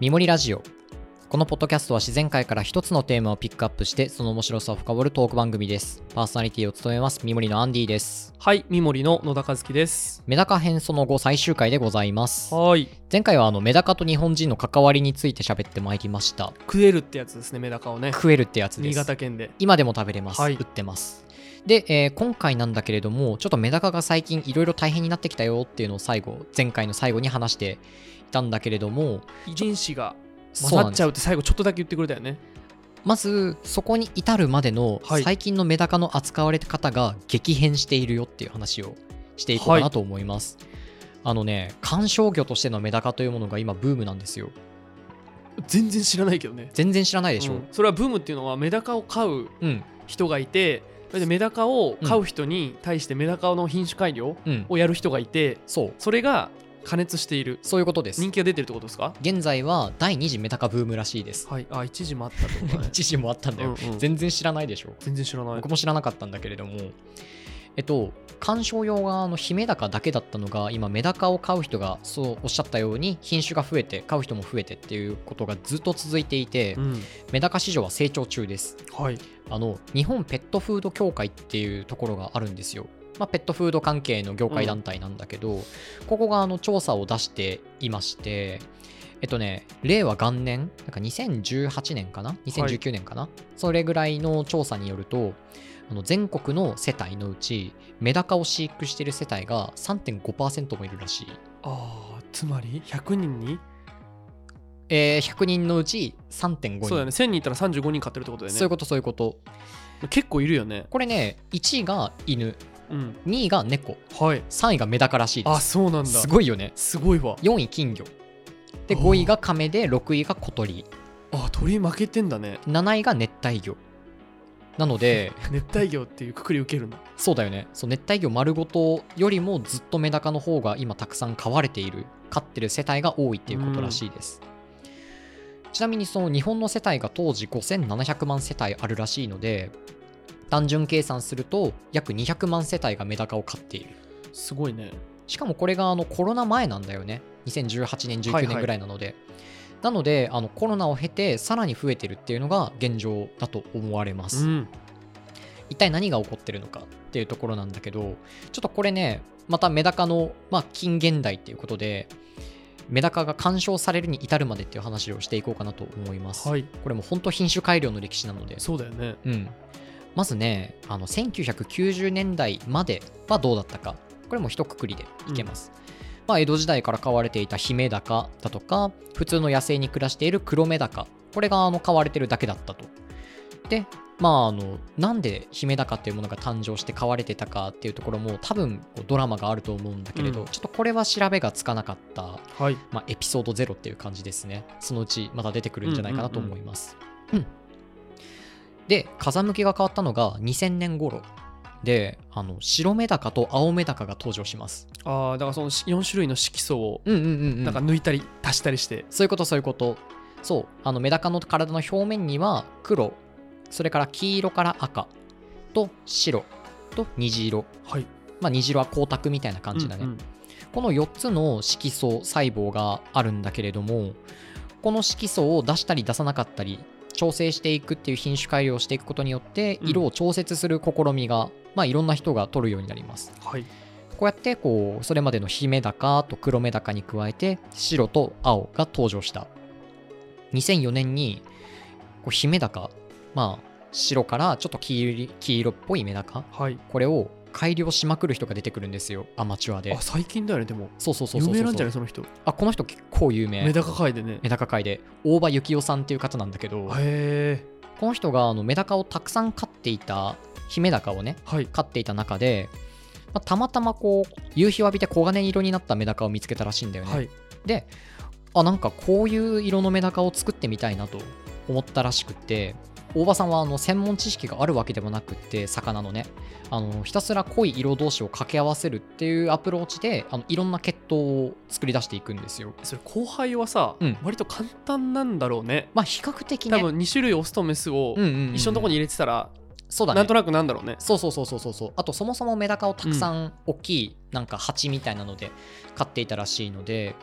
みもりラジオこのポッドキャストは自然界から一つのテーマをピックアップしてその面白さを深掘るトーク番組ですパーソナリティを務めますみもりのアンディですはい、三森の野田和樹です。メダカ編その後最終回でございますはーい、前回はあのメダカと日本人の関わりについて喋ってまいりました食えるってやつですね、メダカをね。食えるってやつで新す潟県で。今でも食べれます、はい売ってますで、えー今回なんだけれどもちょっとメダカが最近いろいろ大変になってきたよっていうのを最後前回の最後に話していたんだけれども遺伝子がそ混うざなんでっちすゃうって最後ちょっとだけ言ってくれたよね。まずそこに至るまでのはい最近のメダカの扱われ方が激変しているよっていう話をしていこうかなと思います、あのね観賞魚としてのメダカというものが今ブームなんですよ全然知らないけどね。全然知らないでしょうんそれはブームっていうのはメダカを飼ううん人がいて、それでメダカを飼う人に対してメダカの品種改良うん、をやる人がいて、そうそれが加熱している。そういうことです人気が出てるってことですか現在は第2次メダカブームらしいですはい、あ、一時もあったってこ とだね。一時もあったんだよ、 うんうん全然知らないでしょ全然知らない僕。も知らなかったんだけれどもえっと観賞用があのヒメダカだけだったのが今メダカを飼う人がそうおっしゃったように品種が増えて飼う人も増えてっていうことがずっと続いていてうん、メダカ市場は成長中ですはい。あの日本ペットフード協会っていうところがあるんですよ、まあ、ペットフード関係の業界団体なんだけど、ここがあの調査を出していましてえっとね令和元年なんか2018年かな2019年かな、それぐらいの調査によるとあの全国の世帯のうちメダカを飼育している世帯が3.5%もいるらしい、ああ、つまり100人にえー100人のうち3.5人そうだよね、1000人いたら35人飼ってるってことだよね。そういうことそういうこと結構いるよね。これね1位が犬うん。 2位が猫はい。 3位がメダカらしいですあ、そうなんだ。すごいよねすごいわ。 4位金魚でおー5位が亀で6位が小鳥あ、鳥負けてんだね。 7位が熱帯魚なの で熱帯魚っていうくくり受けるんだ。そうだよねそう熱帯魚丸ごとよりもずっとメダカの方が今たくさん飼われている飼ってる世帯が多いっていうことらしいですちなみにその日本の世帯が当時5700万世帯あるらしいので単純計算すると約200万世帯がメダカを飼っているすごいね。しかもこれがあのコロナ前なんだよね2018年は19いはい年ぐらいなので、なのであのコロナを経てさらに増えてるっていうのが現状だと思われまうす、ん。一体何が起こってるのかっていうところなんだけどちょっとこれねまたメダカの、まあ、近現代っていうことでメダカが鑑賞されるに至るまでっていう話をしていこうかなと思います、はい。これも本当品種改良の歴史なのでそうだよね。うん、まずねあの1990年代まではどうだったかこれも一括りでいけます、まあ、江戸時代から飼われていたヒメダカだとか普通の野生に暮らしている黒メダカこれがあの飼われてるだけだったとでまああのなんでヒメダカっていうものが誕生して飼われてたかっていうところも多分こうドラマがあると思うんだけれど、うんちょっとこれは調べがつかなかったはい。まあ、エピソード0っていう感じですね。そのうちまた出てくるんじゃないかなと思います。うんで、風向きが変わったのが2000年頃で、あの白メダカと青メダカが登場します。ああ、だからその4種類の色素をうんうんうん、うん。なんか抜いたり足したりして。そういうことそういうこと。そう、あのメダカの体の表面には黒、それから黄色から赤と白と虹色。はい。まあ、虹色は光沢みたいな感じだね。うんうんこの4つの色素細胞があるんだけれどもこの色素を出したり出さなかったり調整していくっていう品種改良をしていくことによってうん色を調節する試みが、まあ、いろんな人が取るようになりますはい。こうやってこうそれまでのヒメダカと黒メダカに加えて白と青が登場した2004年にこうヒメダカまあ白からちょっと黄色黄色っぽいメダカはい。これを改良しまくる人が出てくるんですよアマチュアであ、最近だよね、でも。そうそうそう有そうそう名なんじゃないその人。あこの人結構有名メダカ界でね。メダカ界で大場幸雄さんっていう方なんだけど、へえ。この人があのメダカをたくさん飼っていたヒメダカをねはい。飼っていた中で、まあたまたまこう夕日を浴びて黄金色になったメダカを見つけたらしいんだよね、はい。であなんかこういう色のメダカを作ってみたいなと思ったらしくって大場さんはあの専門知識があるわけでもなくって魚のねあのひたすら濃い色同士を掛け合わせるっていうアプローチであのいろんな血統を作り出していくんですよそれ後輩はさうん、割と簡単なんだろうね。まあ比較的ね多分2種類オスとメスをうんうんうん一緒のとこに入れてたら、そうだねなんとなくなんだろうね。そうそうそうそうそうそうあとそもそもメダカをたくさん大きいなんか鉢みたいなので飼っていたらしいので、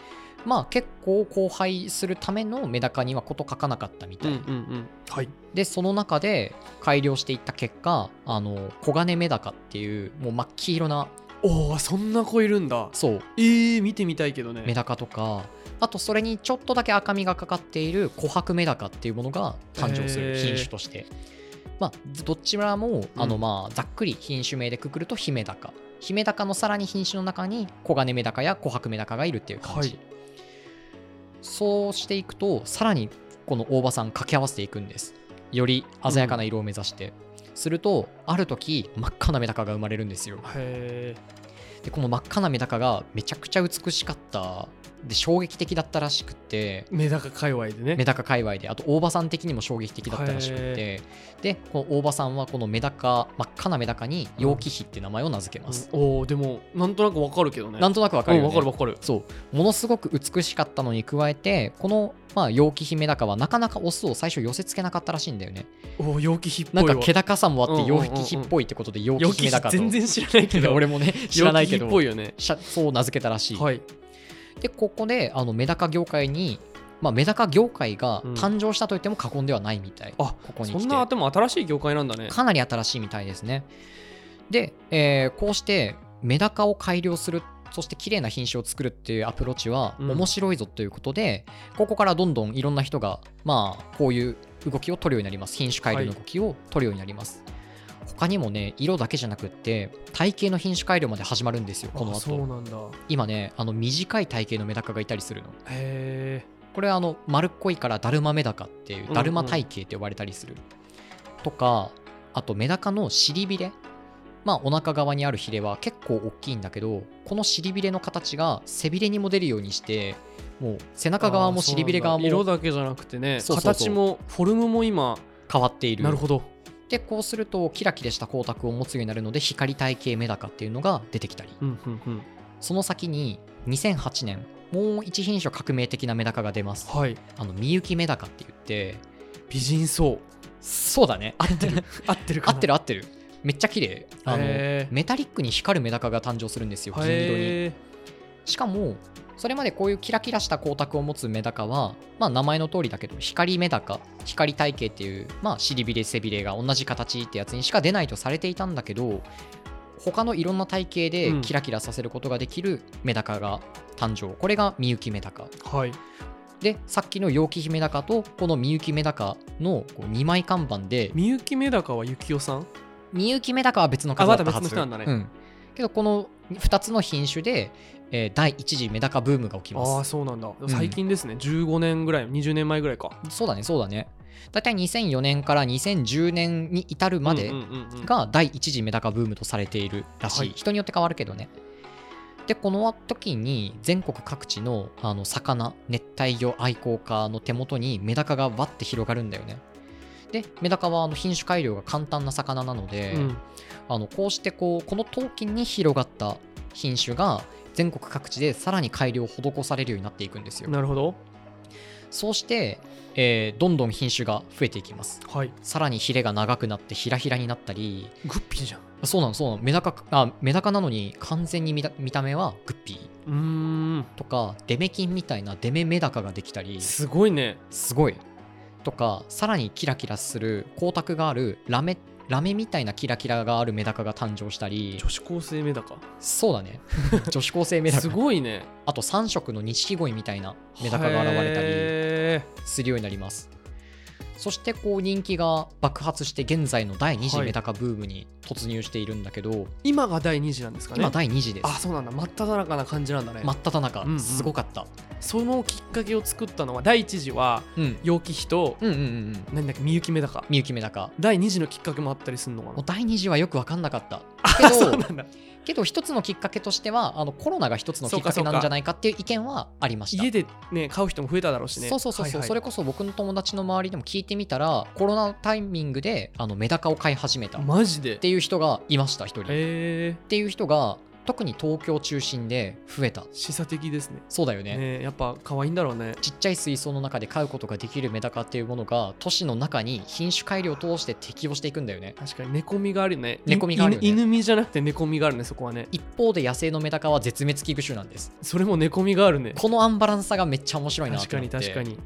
まあ結構荒廃するためのメダカには事書かなかったみたういんうな、んうんはいでその中で改良していった結果あの黄金メダカっていうもう真っ黄色なおおそんな子いるんだそうえー、見てみたいけどねメダカとかあとそれにちょっとだけ赤みがかかっている琥珀メダカっていうものが誕生すへるー品種として、まあ、どちらもあの、うんまあ、ざっくり品種名でくくるとヒメダカヒメダカのさらに品種の中に黄金メダカや琥珀メダカがいるっていう感じ、はいそうしていくとさらにこの大場さん掛け合わせていくんですより鮮やかな色を目指して、するとある時真っ赤なメダカが生まれるんですよへでこの真っ赤なメダカがめちゃくちゃ美しかったで衝撃的だったらしくってえメダカ界隈でねメダカ界隈であと大場さん的にも衝撃的だったらしくってでこの大場さんはこのメダカ真っ赤なメダカに楊貴妃って名前を名付けます、うんおおでもなんとなくわかるけどねなんんとなくわかるよ、ねわかるわかるそうものすごく美しかったのに加えてこの、まあ、陽気姫ダカはなかなかオスを最初寄せ付けなかったらしいんだよねおお陽気ひっぽないんわか気高さもあってうんうん陽うんうん気妃っぽいってことで陽気陽気姫ひダカと全然知らないけ ど俺もね知らないけ陽ど気ひっぽいよねしゃそう名付けたらしい、はいでここであのメダカ業界に、まあ、メダカ業界がうん誕生したといっても過言ではないみたい、あここにそ来んてなでも新しい業界なんだねかなり新しいみたいですねで、えーこうしてメダカを改良するそして綺麗な品種を作るっていうアプローチはうん面白いぞということで、ここからどんどんいろんな人がまあこういう動きを取るようになります品種改良の動きを取るようになります、他にもね色だけじゃなくって体型の品種改良まで始まるんですよこのあそう後なんだへ今ねあの短い体型のメダカがいたりするのえこれはあの丸っこいからだるまメダカっていううんだるま体型って呼ばれたりする、とかあとメダカの尻びれまあお腹側にあるヒレは結構大きいんだけどこの尻びれの形が背びれにも出るようにしてもう背中側も尻びれ側も色だけじゃなくてねそうそうそう形もフォルムも今変わっているなるほどでこうするとキラキラした光沢を持つようになるので光体系メダカっていうのが出てきたりうんうんうんその先に2008年もう一品種革命的なメダカが出ますはいあのみゆきメダカって言って美人そうそうだね合ってる合ってる合かなってるる合ってるめっちゃ綺麗あのへーメタリックに光るメダカが誕生するんですよ銀色にへしかもそれまでこういうキラキラした光沢を持つメダカは、まあ、名前の通りだけど光メダカ光体系っていう、まあ、尻びれ背びれが同じ形ってやつにしか出ないとされていたんだけど他のいろんな体型でうんキラキラさせることができるメダカが誕生、これがみゆきメダカーはいでさっきの陽気姫ダカとこのみゆきメダカの2枚看板でみゆきメダカはゆきおさんみゆきメダカは別の数あだったまたはず別の人なんだねうん、けどこの2つの品種で、えー第1次メダカブームが起きまああすそうなんだん最近ですね15年ぐらい20年前ぐらいかそうだねそうだね大体2004年から2010年に至るまでうんうんうんうんが第1次メダカブームとされているらしい、はい人によって変わるけどねでこの時に全国各地のあの魚熱帯魚愛好家の手元にメダカがわって広がるんだよねでメダカはあの品種改良が簡単な魚なので、うんあのこうしてこうこの陶器に広がった品種が全国各地でさらに改良を施されるようになっていくんですよなるほどそうして、えーどんどん品種が増えていきますはいさらにヒレが長くなってひらひらになったりグッピーじゃんそうなのそうなのメダカあメダカなのに完全に見た見た目はグッピーうーんとかデメキンみたいなデメメダカができたりすごいねすごいとかさらにキラキラする光沢があるラメラメみたいなキラキラがあるメダカが誕生したり女子高生メダカそうだね 女子高生メダすカごいねあと3色の錦鯉みたいなメダカが現れたりへするようになりますそしてこう人気が爆発して現在の第2次はいメダカブームに突入しているんだけど、ー今が第2次なんですかね今第2次であすそうなんだ真っ只中な感じなんだね、真っ只中、うんうんすごかった、そのきっかけを作ったのは第1次はうん、陽気妃と、うんうんうんうん何だっけみゆきメダカみゆきメダカ第2次のきっかけもあったりするのかもなう第2次はよく分かんなかったあけそどうなんだけど一つのきっかけとしてはあのコロナが一つのきっかけなんじゃないかっていう意見はありました家でね買う人も増えただろうしねそうそうそうそう、はいそはれこそ僕の友達の周りでも聞いてみたらコロナタイミングであのメダカを飼い始めたいっマジでていう人がいました一人、っへえていう人が特に東京中心で増えた示唆的ですねそうだよねねやっぱ可愛いんだろうねちっちゃい水槽の中で飼うことができるメダカっていうものが都市の中に品種改良を通して適応していくんだよね確かに猫みがあるよねい猫みがあるよね犬犬みじゃなくて猫みがあるねそこはね一方で野生のメダカは絶滅危惧種なん ですそれも猫みがあるねこのアンバランスさがめっちゃ面白いなと確か思っにて確かに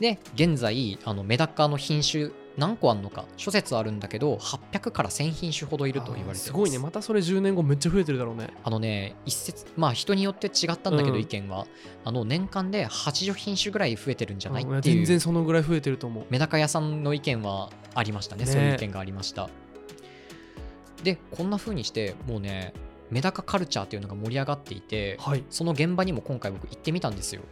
で現在あのメダカの品種何個あるのか諸説あるんだけど800から1000品種ほどいると言われてますすごいねまたそれ10年後めっちゃ増えてるだろうねあのね一説まあ人によって違ったんだけど、うん意見はあの年間で80品種ぐらい増えてるんじゃないうんやってい全然うそのぐらい増えてると思うメダカ屋さんの意見はありましたねねそういう意見がありましたでこんな風にしてもうねメダカカルチャーっていうのが盛り上がっていてはいその現場にも今回僕行ってみたんですよ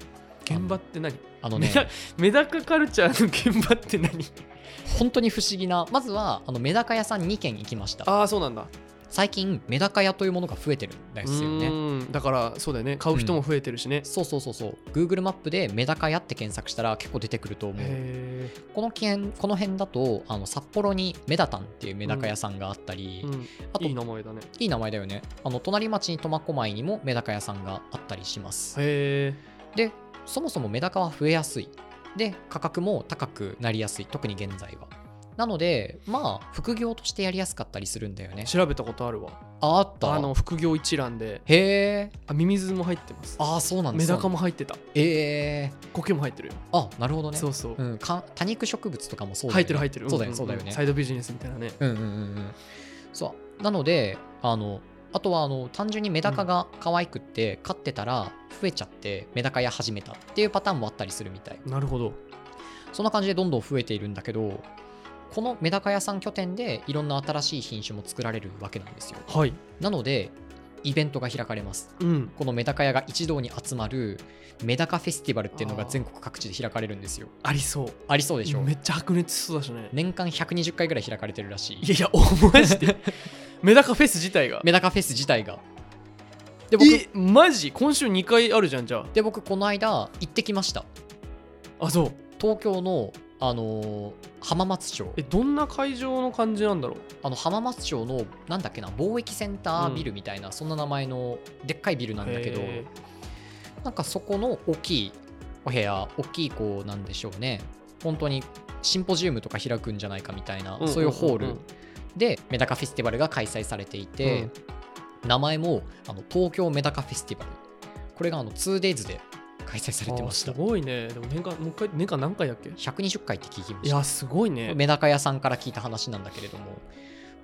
現場って何あのメねダメダカカルチャーの 現場って何本当に不思議なまずはあのメダカ屋さん2軒行きましたああそうなんだ最近メダカ屋というものが増えてるんですよねねだからそうだよね買う人も増えてるしね、そうそうそうそう Google マップでメダカ屋って検索したら結構出てくると思うへこの県この辺だとあの札幌にメダタンっていうメダカ屋さんがあったり、え、うん、あといい名前だねいい名前だよねあの隣町に苫小牧にもメダカ屋さんがあったりします、へでそもそもメダカは増えやすいで価格も高くなりやすい特に現在はなのでまあ副業としてやりやすかったりするんだよねえ調べたことあるわああったあの副業一覧でへえあミミズも入ってますああそうなんでメすダカも入ってたええ苔も入ってるよ、あなるほどねそうそう、うん、か多肉植物とかもそうだよ入っねてる入ってるそうだよんねんそうだよねサイドビジネスみたいなねうんうんうんうんそうなのであのあとはあの単純にメダカが可愛くって飼ってたら増えちゃってメダカ屋始めたっていうパターンもあったりするみたいなるほどそんな感じでどんどん増えているんだけどこのメダカ屋さん拠点でいろんな新しい品種も作られるわけなんですよはいなのでイベントが開かれますうんこのメダカ屋が一堂に集まるメダカフェスティバルっていうのが全国各地で開かれるんですよありそうありそうでしょめっちゃ白熱しそうだしね年間120回ぐらい開かれてるらしいいやいや 思わしてメダカフェス自 体がメダカフェス自体がで僕えマジ今週2回あるじゃんじゃで僕この間行ってきましたああそう東京の、あのー浜松町えどんな会場の感じなんだろうあの浜松町のなんだっけな貿易センタービルみたいな、そんな名前のでっかいビルなんだけどへなんかそこの大きいお部屋大きいこうなんでしょうね本当にシンポジウムとか開くんじゃないかみたいな、ーんそういうホールんんでメダカフェスティバルが開催されていて、名前もあの東京メダカフェスティバルこれがあの 2days で開催されてましたあーすごいねでも年間もう一回年間何回だっけ120回って聞きまいしたやすごいねメダカ屋さんから聞いた話なんだけれども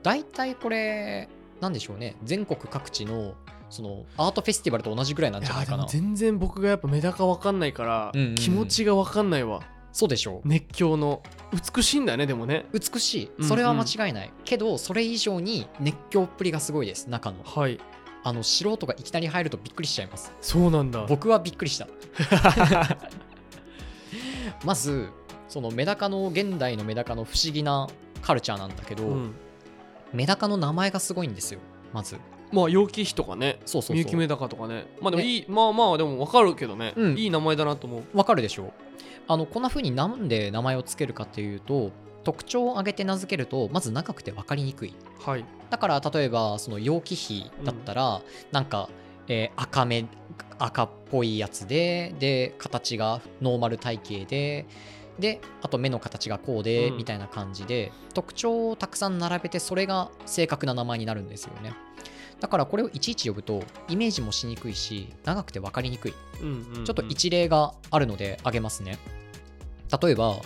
大体これなんでしょうね全国各地のそのアートフェスティバルと同じぐらいなんいじゃなやいでかもな全然僕がやっぱメダカわかんないから、うんうんうん気持ちがわかんないわそうでしょう熱狂の美しいんだよねでもね美しうんういんそれは間違いない、けどそれ以上に熱狂っぷりがすごいです中のはいあの素人がいきなり入るとびっくりしちゃいますそうなんだ僕はびっくり したまずそのメダカの現代のメダカの不思議なカルチャーなんだけど、うん、メダカの名前がすごいんですよまずまあ陽気比とかねそうそうみゆそきうメダカとかねまあでもいい、まあまあでもわかるけどね、うんいい名前だなと思うわかるでしょあのこんな風になんで名前をつけるかっていうと特徴を挙げて名付けるとまず長くて分かりにくいはいだから例えばその容器比だったら、なんか、えー赤目赤っぽいやつでで形がノーマル体型でであと目の形がこうで、うんみたいな感じで特徴をたくさん並べてそれが正確な名前になるんですよねだからこれをいちいち呼ぶとイメージもしにくいし長くて分かりにくいうんうんうんちょっと一例があるので挙げますね。例えば、こ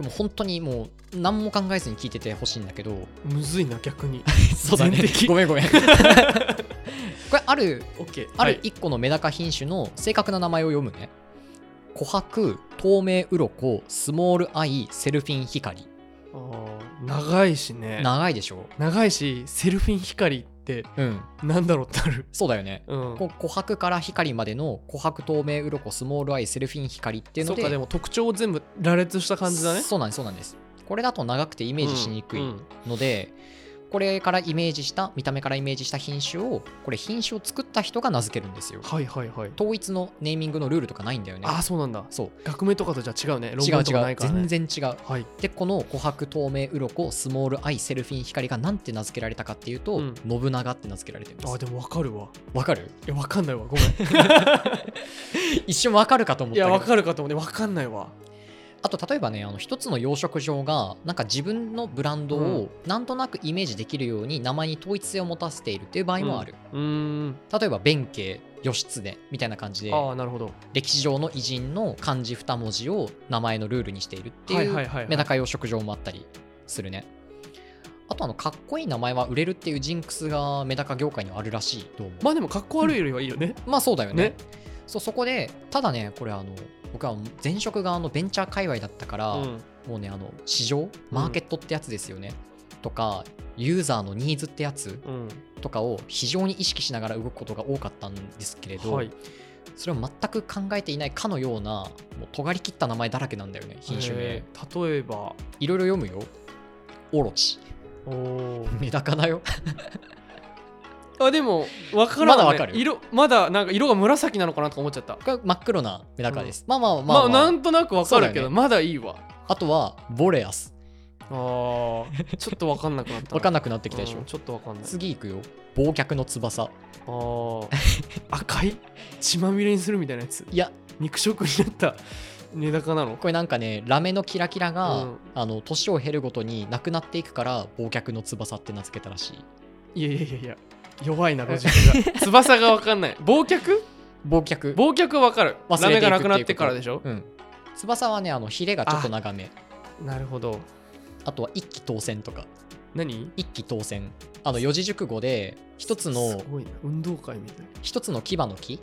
れもう本当にもう何も考えずに聞いててほしいんだけ ど、むずいな 逆にそうだね全的。ごめんごめん。これある、 OK あはいる1個のメダカ品種の正確な名前を読むね。琥珀、透明鱗、スモールアイ、セルフィン光。あー長いしね長いでしょ長いしセルフィン光ってうん。なんだろうってある、そうだよね。うん、こう琥珀から光までの琥珀透明鱗スモールアイセルフィン光っていうのそうでかでも特徴を全部羅列した感じだねそうなんですそうなんですこれだと長くてイメージしにくいうんうんので、これからイメージした見た目からイメージした品種をこれ品種を作った人が名付けるんですよはいはいはい統一のネーミングのルールとかないんだよねああそうなんだそう学名とかとじゃあ違うね論違う文とか違なういからね全然違うはいでこの琥珀透明鱗スモールアイセルフィン光がなんて名付けられたかっていうと、うん信長って名付けられてるんであすーでも分かるわわかるいや分かんないわごめん 一瞬わかるかと思っいたけやど分かるかと思って分かんないわあと例えばねあの一つの養殖場がなんか自分のブランドうをなんとなくイメージできるように名前に統一性を持たせているっていう場合もある、うーん例えば弁慶義経みたいな感じでああなるほど歴史上の偉人の漢字2文字を名前のルールにしているってはいいはういはいはいメダカ養殖場もあったりするねあとあのかっこいい名前は売れるっていうジンクスがメダカ業界にはあるらしいどうもまあでもかっこ悪いよりはいいよね、まあそうだよねねそうそこでただねこれあの僕は前職があのベンチャー界隈だったから、うんもうねあの市場マーケットってやつですよね、とかユーザーのニーズってやつうんとかを非常に意識しながら動くことが多かったんですけれど、はいそれを全く考えていないかのようなもう尖り切った名前だらけなんだよね品種名えー例えばいろいろ読むよオロチ おーメダカだよあでも分からまん、ね、だ分かる色まだなんか色が紫なのかなとか思っちゃったこれ真っ黒なメダカです、まあまあままあ、あまあなんとなく分かるけそうだど、よまだいいわあとはボレアスあーちょっと分かんなく なった分かんななくくなってきたでしょ、ちょっと分かんない次行くよ忘却の翼あー赤い血まみれにするみたいなやついや肉食になったメダカなのこれなんかねラメのキラキラが、うんあの年を経るごとになくなっていくから忘却の翼って名付けたらしいいやいやいやいや弱いなロジック が翼が分かんない忘却忘却忘却は分かる忘れていラくメがなくなってからでしょうん翼はねあのヒレがちょっと長めなるほどあとは一気当選とか何一気当選あの四字熟語で一つのすごいな運動会みたい一つの牙の木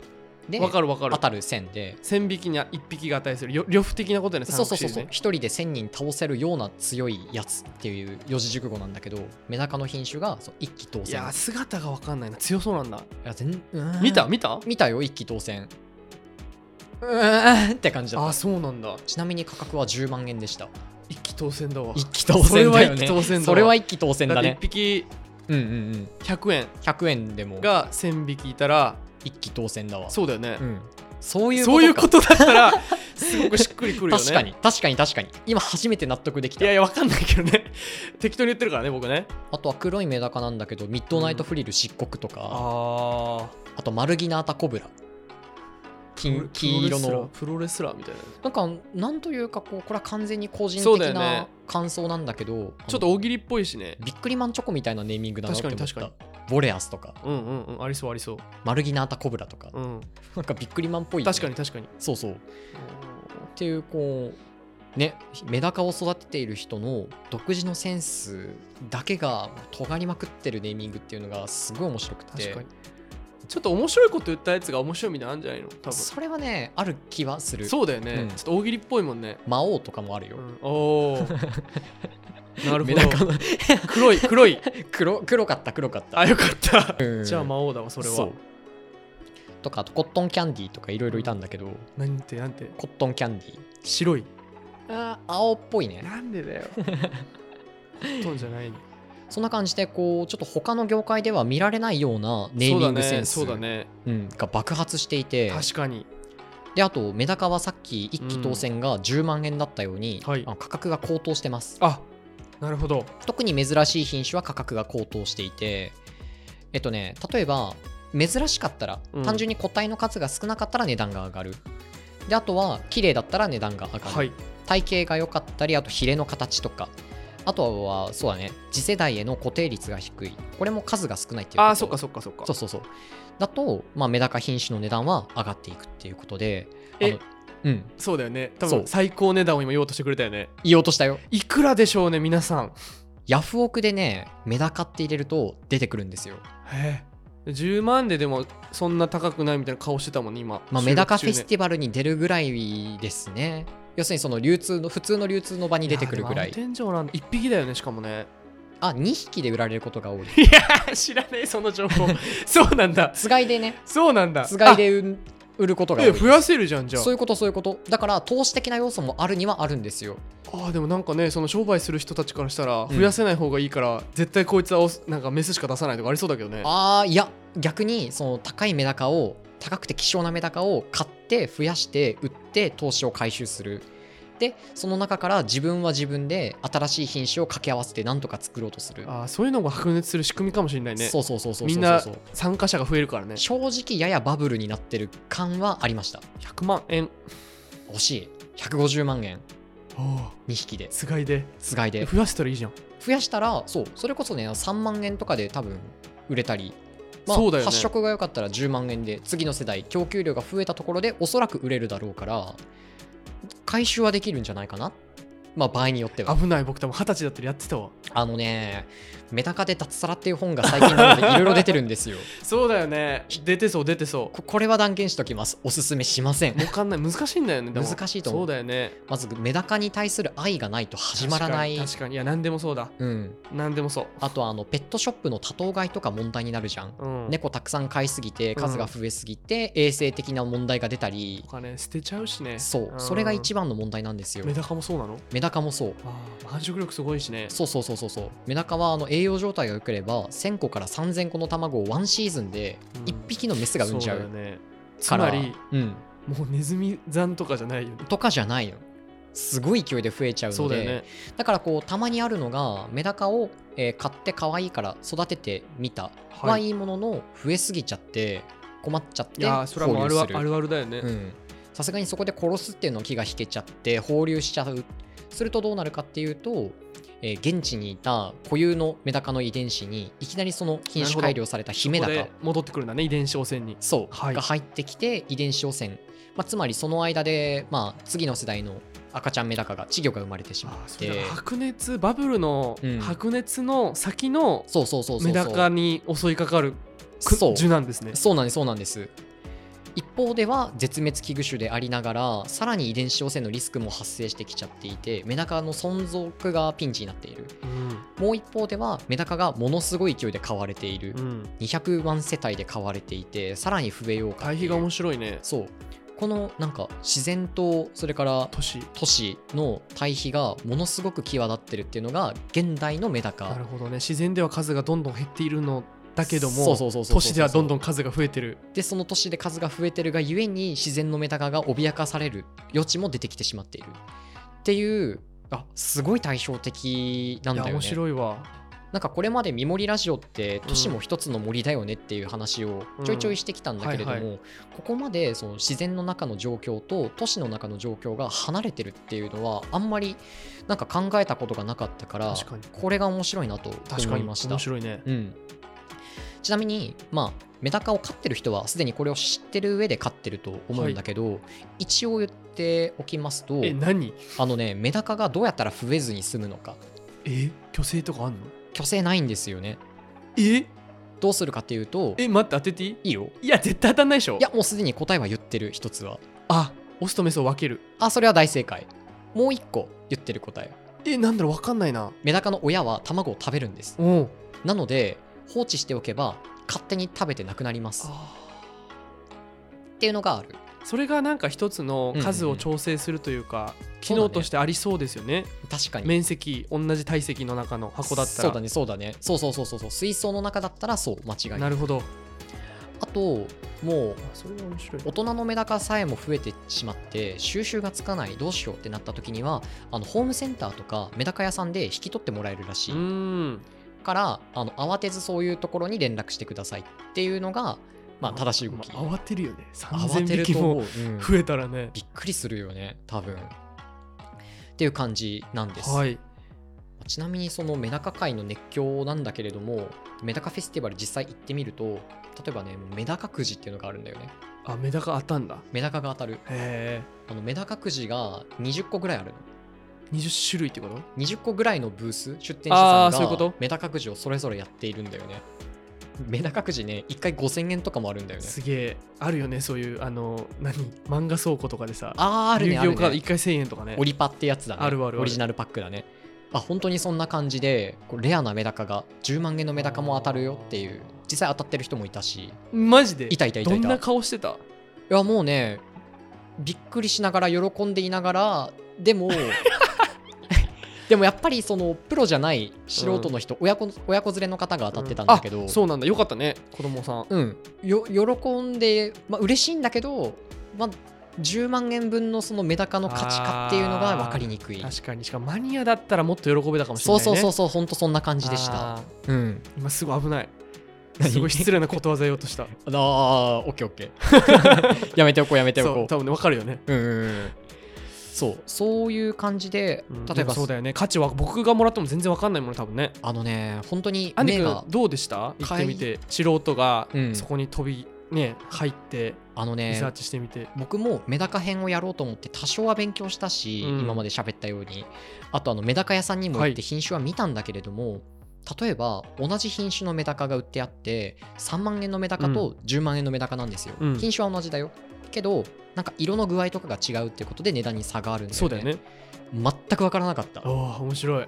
でな分かる分かる当たる線で千匹に1匹が値するよ呂布的なことやねそうそうそう三国志そう一人でねで千人倒せるような強いやつっていう四字熟語なんだけどメダカの品種がそう一気当い選やー姿が分かんないな強そうなんだいや全うーん見た見た見たよ一気当選うーんって感じだあっーたそうなんだちなみに価格は10万円でした一気当選だわ一気当選だよねそれは一気当選だわそれは一気当選だだって1ね匹うんうんうん100円100円でもが1000匹いたら一気当選だわそうだよね、うんそういうことかそういうことだった らすごくしっくりくるよね確かに確かに確かに今初めて納得できいたやいや分かんないけどね 適当に言ってるからね僕ねあとは黒いメダカなんだけどミッドナイトフリル漆黒とか、あああとマルギナータコブラ金黄色のプロレスラーみたいななんかなんというかこうこれは完全に個人そうだ的よなね感想なんだけどちょっと大喜利っぽいしねビックリマンチョコみたいなネーミングだなって思った確かにボレアスとかうんうんうんありそうありそう、マルギナータコブラとか、うん、なんかビックリマンっぽいよね、確かに確かにそうそうっていうこうねメダカを育てている人の独自のセンスだけが尖りまくってるネーミングっていうのがすごい面白くて確かにちょっと面白いこと言ったやつが面白いみたいなのあるんじゃないの多分それはねある気はするそうだよね、うんちょっと大喜利っぽいもんね、魔王とかもあるよ、うん、おお なるほメダカのど黒い黒い黒黒かった黒かったあよかった、うんじゃあ魔王だわそれはそうとかあとコットンキャンディーとかいろいろいたんだけど、なんてなんてコットンキャンディー白いあー青っぽいねなんでだ よコットンじゃないのそんな感じでこうちょっと他の業界では見られないようなネーミングセンスそうだねうんが爆発していてそうだね確かにであとメダカはさっき一期当選が10万円だったように、はいあの価格が高騰してますあなるほど特に珍しい品種は価格が高騰していてえっとね例えば珍しかったら、うん単純に個体の数が少なかったら値段が上がるであとは綺麗だったら値段が上がる、はい体型が良かったりあとヒレの形とかあとはそうだね次世代への固定率が低いこれも数が少ないっていうことあーそっかそっかそっかそうそうそうだと、まあ、メダカ品種の値段は上がっていくっていうことであのえうんそうだよね多そう分最高値段を今言おうとしてくれたよね言おうとしたよいくらでしょうね皆さんヤフオクでねメダカって入れると出てくるんですよ、へえ10万ででもそんな高くないみたいな顔してたもんね今まあ、メダカフェスィティバルに出るぐらいですね要するにその流通の普通の流通の場に出てくるぐらい天井なんだ1匹だよねしかもねあ2匹で売られることが多いい や知らねえその情報そうなんだつがいでねそうなんだつがいでうん売売ることが多えい増やせるじゃんじゃあそういうことそういうことだから投資的な要素もあるにはあるんですよあーでもなんかねその商売する人たちからしたらん増やせない方がいいから、絶対こいつはオスなんかメスしか出さないとかありそうだけどねあーいや逆にその高いメダカを高くて希少なメダカを買って増やして売って投資を回収するでその中から自分は自分で新しい品種を掛け合わせてなんとか作ろうとする、あーそういうのが白熱する仕組みかもしれないねそうそうそうそうそうそうみんな参加者が増えるからね正直ややバブルになってる感はありました100万円惜しい150万円2匹でつがいでつがいで増やしたらいいじゃん増やしたらそうそれこそね3万円とかで多分売れたり、まあそうだよね発色が良かったら10万円で次の世代供給量が増えたところでおそらく売れるだろうから回収はできるんじゃないかなまあ場合によっては危ない僕多分二十歳だったらやってたわあのねメダカで脱サラっていう本が最近 なのでいろいろ出てるんですよそうだよね出てそう出てそうここれは断言しときますおすすめしませんわかんない難しいんだよねでも難しいと思うそうだよねまずメダカに対する愛がないと始まらない確かに確かにいや何でもそうだうん、何でもそうあとあのペットショップの多頭飼いとか問題になるじゃんうん猫たくさん飼いすぎて数が増えすぎて、衛生的な問題が出たりと、かね捨てちゃうしねそうそれが一番の問題なんですよメダカもそうなのメダカもそうあー繁殖力すごいしねそうそうそうそうそうメダカはあの栄養状態が良ければ1000個から3000個の卵をワンシーズンでう1ん匹のメスが産んじゃう,、そだよねつからまりうん、もうネズミ残とかじゃないよねとかじゃないのすごい勢いで増えちゃうのでそうだよねだからこうたまにあるのがメダカを、えー買って可愛いから育ててみたはいはいいものの増えすぎちゃって困っちゃっいてやーそれはもうあ放流るすあるるあるだよね、うんさすがにそこで殺すっていうのは気が引けちゃって放流しちゃうするとどうなるかっていうと、えー現地にいた固有のメダカの遺伝子にいきなりその品種改良されたヒメダこカこで戻ってくるんだね遺伝子汚染にそう、はいが入ってきて遺伝子汚染、まあ、つまりその間で、まあ、次の世代の赤ちゃんメダカが稚魚が生まれてしまあーっそてれだから白熱バブルのうん白熱の先のそうそうそうそうそうメダカに襲いかかるくそう樹なんですねそうなんですそうなんです一方では絶滅危惧種でありながらさらに遺伝子汚染のリスクも発生してきちゃっていてメダカの存続がピンチになっているうもう一方ではメダカがものすごい勢いで飼われているん、うん、 200万世帯で飼われていてさらに増えようかっ対てい比うが面白いねそうこのなんか自然とそれから都市都市の対比がものすごく際立ってるっていうのが現代のメダなるカほどね自然では数がどんどん減っているのだけどそもうそうそうそうそう都市ではどんどん数が増えてるでその都市で数が増えてるがゆえに自然のメダカが脅かされる余地も出てきてしまっているっていうあすごい対照的なんいやだよ面ね白いわなんかこれまで「ミモリラジオ」って都市も一つの森だよねっていう話をちょいちょいしてきたんだけれども、うんはいここまでその自然の中の状況と都市の中の状況が離れてるっていうのはあんまりなんか考えたことがなかったから確かにこれが面白いなと確思かいにま面した。白いねうん、ちなみに、まあ、メダカを飼ってる人はすでにこれを知ってる上で飼ってると思うんだけど、一応言っておきますとえ何あのねメダカがどうやったら増えずに済むのかえ虚勢とかあんの虚勢ないんですよねえどうするかっていうとえ待って当てていいいいよいや絶対当たんないでしょいやもうすでに答えは言ってる一つはあオスとメスを分けるあそれは大正解もう一個言ってる答ええなんだろう分かんないなメダカの親は卵を食べるんですうんなので放置しておけば勝手に食べてなくなりますあっていうのがあるーそれがなんか一つの数を調整するというか、機能としてありそうですよね確かに面積同じ体積の中の箱だったそらうだねそうだねそうそうそうそうそう水槽の中だったらそう間違いないなるほどあともうあそれは面白い大人のメダカさえも増えてしまって収集がつかないどうしようってなった時にはあのホームセンターとかメダカ屋さんで引き取ってもらえるらしうい、ーんからあの慌てずそういうところに連絡してくださいっていうのが、まあ、正しい動き、まあ慌てるよね慌て3000る匹と思う、もうん増えたらねびっくりするよね多分っていう感じなんです、はいちなみにそのメダカ界の熱狂なんだけれどもメダカフェスティバル実際行ってみると例えばねメダカくじっていうのがあるんだよねあメダカ当たんだメダカが当たるへあのメダカくじが20個ぐらいあるのえ20種類ってこと20個ぐらいのブース出店者あーさそういんうことがメダカくじをそれぞれやっているんだよねメダカくじね1回5000円とかもあるんだよねすげえあるよねそういうあの何漫画倉庫とかでさあーあるねあ遊る戯王カードね1回1000円とかねオリパってやつだねあるあるあるオリジナルパックだねあ本当にそんな感じでこうレアなメダカが10万円のメダカも当たるよっていう実際当たってる人もいたしマジでいたいたいたいたどんな顔してたいやもうねびっくりしながら喜んでいながらで もでもやっぱりそのプロじゃない素人の人、親子親子連れの方が当たってたんだけど、あそうなんだよかったね子供さんうん、よ喜んで、まあ嬉しいんだけど、まあ、10万円分のそのメダカの価値化っていうのが分かりにくい、確かにしかもマニアだったらもっと喜べたかもしれそうないねそうそううそう本当そんな感じでしたたうん今すごい危ない何すごい失礼なことわざ言おうとしたあーオッケーオッケー やめておこうやめておそうこ多分ねわかるよねううんうんうんそうそういう感じでうん例えでもば、そうだよね価値は僕がもらっても全然わかんないもの多分ねあのね本当にアンデ目ィが君どうでした行ってみて素人がうんそこに飛びね入ってあのリねサーチしてみて僕もメダカ編をやろうと思って多少は勉強したし、うん今まで喋ったようにあとあのメダカ屋さんにも行っはて品種は見たんだけれども、例えば同じ品種のメダカが売ってあって3万円のメダカと10万円のメダカなんですよ、うん品種は同じだよけどなんか色の具合とかが違うってことで値段に差があるんだよねそうだよね全く分からなかったああ面白い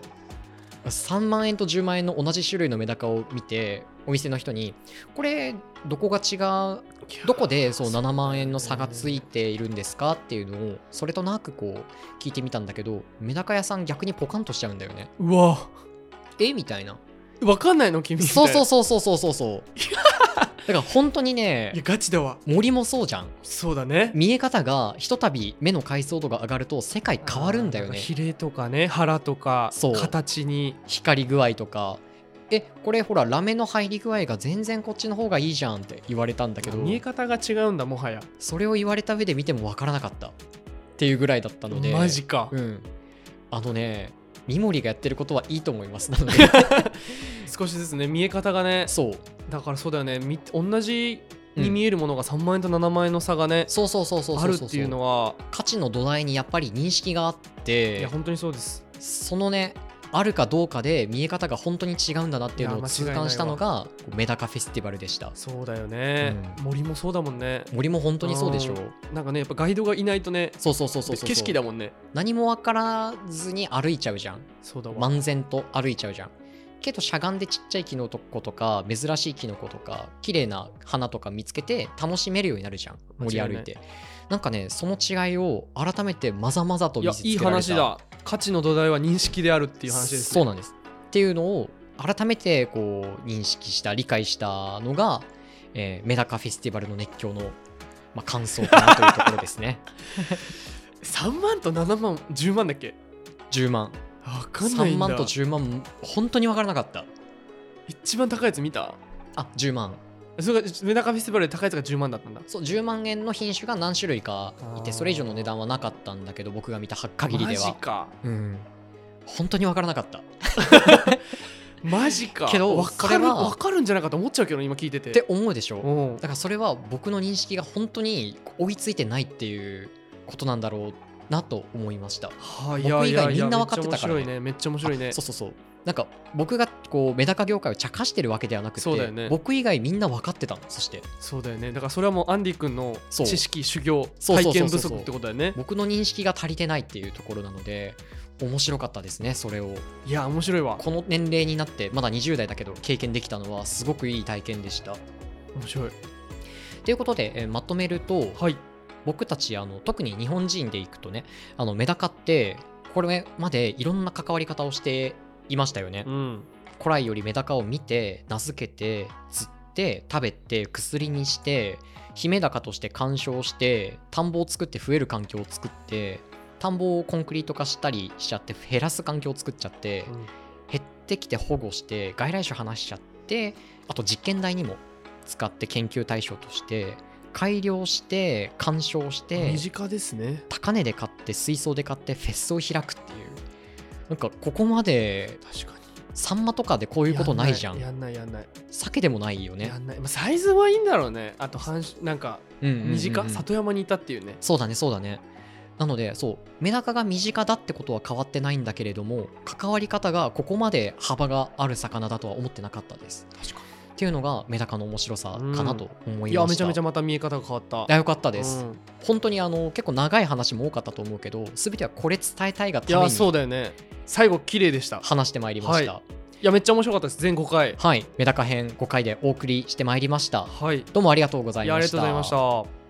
3万円と10万円の同じ種類のメダカを見てお店の人にこれどこが違うどこでそう7万円の差がついているんですかっていうのをそれとなくこう聞いてみたんだけどメダカ屋さん逆にポカンとしちゃうんだよねうわえみたいなわかんないの君みたいなそうそうそうそうそうそう そうだから本当にねいやガチだわ森もそうじゃんそうだね見え方がひとたび目の解像度が上がると世界変わるんだよあーねか比例とかね腹とかそう形に光り具合とかえこれほらラメの入り具合が全然こっちの方がいいじゃんって言われたんだけど見え方が違うんだもはやそれを言われた上で見ても分からなかったっていうぐらいだったのでマジか、うんあのね三森がやってることはいいと思いますな ので少しずつね見え方がねそう、だからそうだよねみ同じうにん見えるものが3万円と7万円の差がね、そうそうそうそうそうあるっていうのは価値の土台にやっぱり認識があっいてや本当にそうですそのねあるかどうかで見え方が本当に違うんだなっていうのいをや痛間違いないわ感したのがこうメダカフェスティバルでしたそうだよね、うん森もそうだもんね森も本当にそうでしょうんなんかねやっぱガイドがいないとねそうそうそうそうそう景色だもんね何も分からずに歩いちゃうじゃんそうだわ、漫然と歩いちゃうじゃんけどしゃがんでちっちゃいキノコとか珍しいキノコとか綺麗な花とか見つけて楽しめるようになるじゃん森間違い歩ないいてなんかねその違いを改めてまざまざとい見やせつけられたいい話だ価値の土台は認識であるっていう話です、ね、そうなんですっていうのを改めてこう認識した理解したのが、えーメダカフェスティバルの熱狂の、まあ、感想かなというところです ね3万と7万10万だっけ10万わかんない3んだ万と10万本当に分からなかった一番高いやつ見たあ10万それがメダカフェスティバルで高いやつが10万だったんだそう10万円の品種が何種類かいてあーそれ以上の値段はなかったんだけど僕が見た限りマでジは、かうん、本当に分からなかったっマジかけどわそかるれはわかるんじゃないかと思っちゃうけど今聞いててて思うでしょうんだからそれは僕の認識が本当に追いついてないっていうことなんだろうなと思いましたはあ僕以外みんなわかってたからねめっちゃ面白いねめっちゃ面白いねあそうそうそうなんか僕がこうメダカ業界を茶化してるわけではなくてそうだよね僕以外みんな分かってたのそしてそうだよねだからそれはもうアンディ君のそう知識修行そうそうそうそう体験不足ってことだよね僕の認識が足りてないっていうところなので面白かったですねそれをいや面白いわこの年齢になってまだ20代だけど経験できたのはすごくいい体験でした面白いということで、えーまとめるとはい僕たちあの特に日本人でいくとねあのメダカってこれまでいろんな関わり方をしていましたよね、うん古来よりメダカを見て名付けて釣って食べて薬にしてヒメダカとして鑑賞して田んぼを作って増える環境を作って田んぼをコンクリート化したりしちゃって減らす環境を作っちゃって、減ってきて保護して外来種話しちゃってあと実験台にも使って研究対象として改良して鑑賞して身近ですね高値で買って水槽で買ってフェスを開くっていうなんかここまで確かにサンマとかでこういうことないじゃんやんないやんない鮭でもないよねやんないまあサイズはいいんだろうねあと半なんかうんうんうんうん身近里山にいたっていうねそうだねそうだねなのでそうメダカが身近だってことは変わってないんだけれども関わり方がここまで幅がある魚だとは思ってなかったです確かっていうのがメダカの面白さかなと思にいいやまめしちた、ゃめちゃまた見え方が変わったいやよかったです、うん本当にあの結構長い話も多かったと思うけど全てはこれ伝えたいがいためやにそうだよね最後綺麗でした話してまいりましたはい、いやめっちゃ面白かったです全5回メダカ編5回でお送りしてまいりましたはいどうもありがとうございいやまありしがとたうございました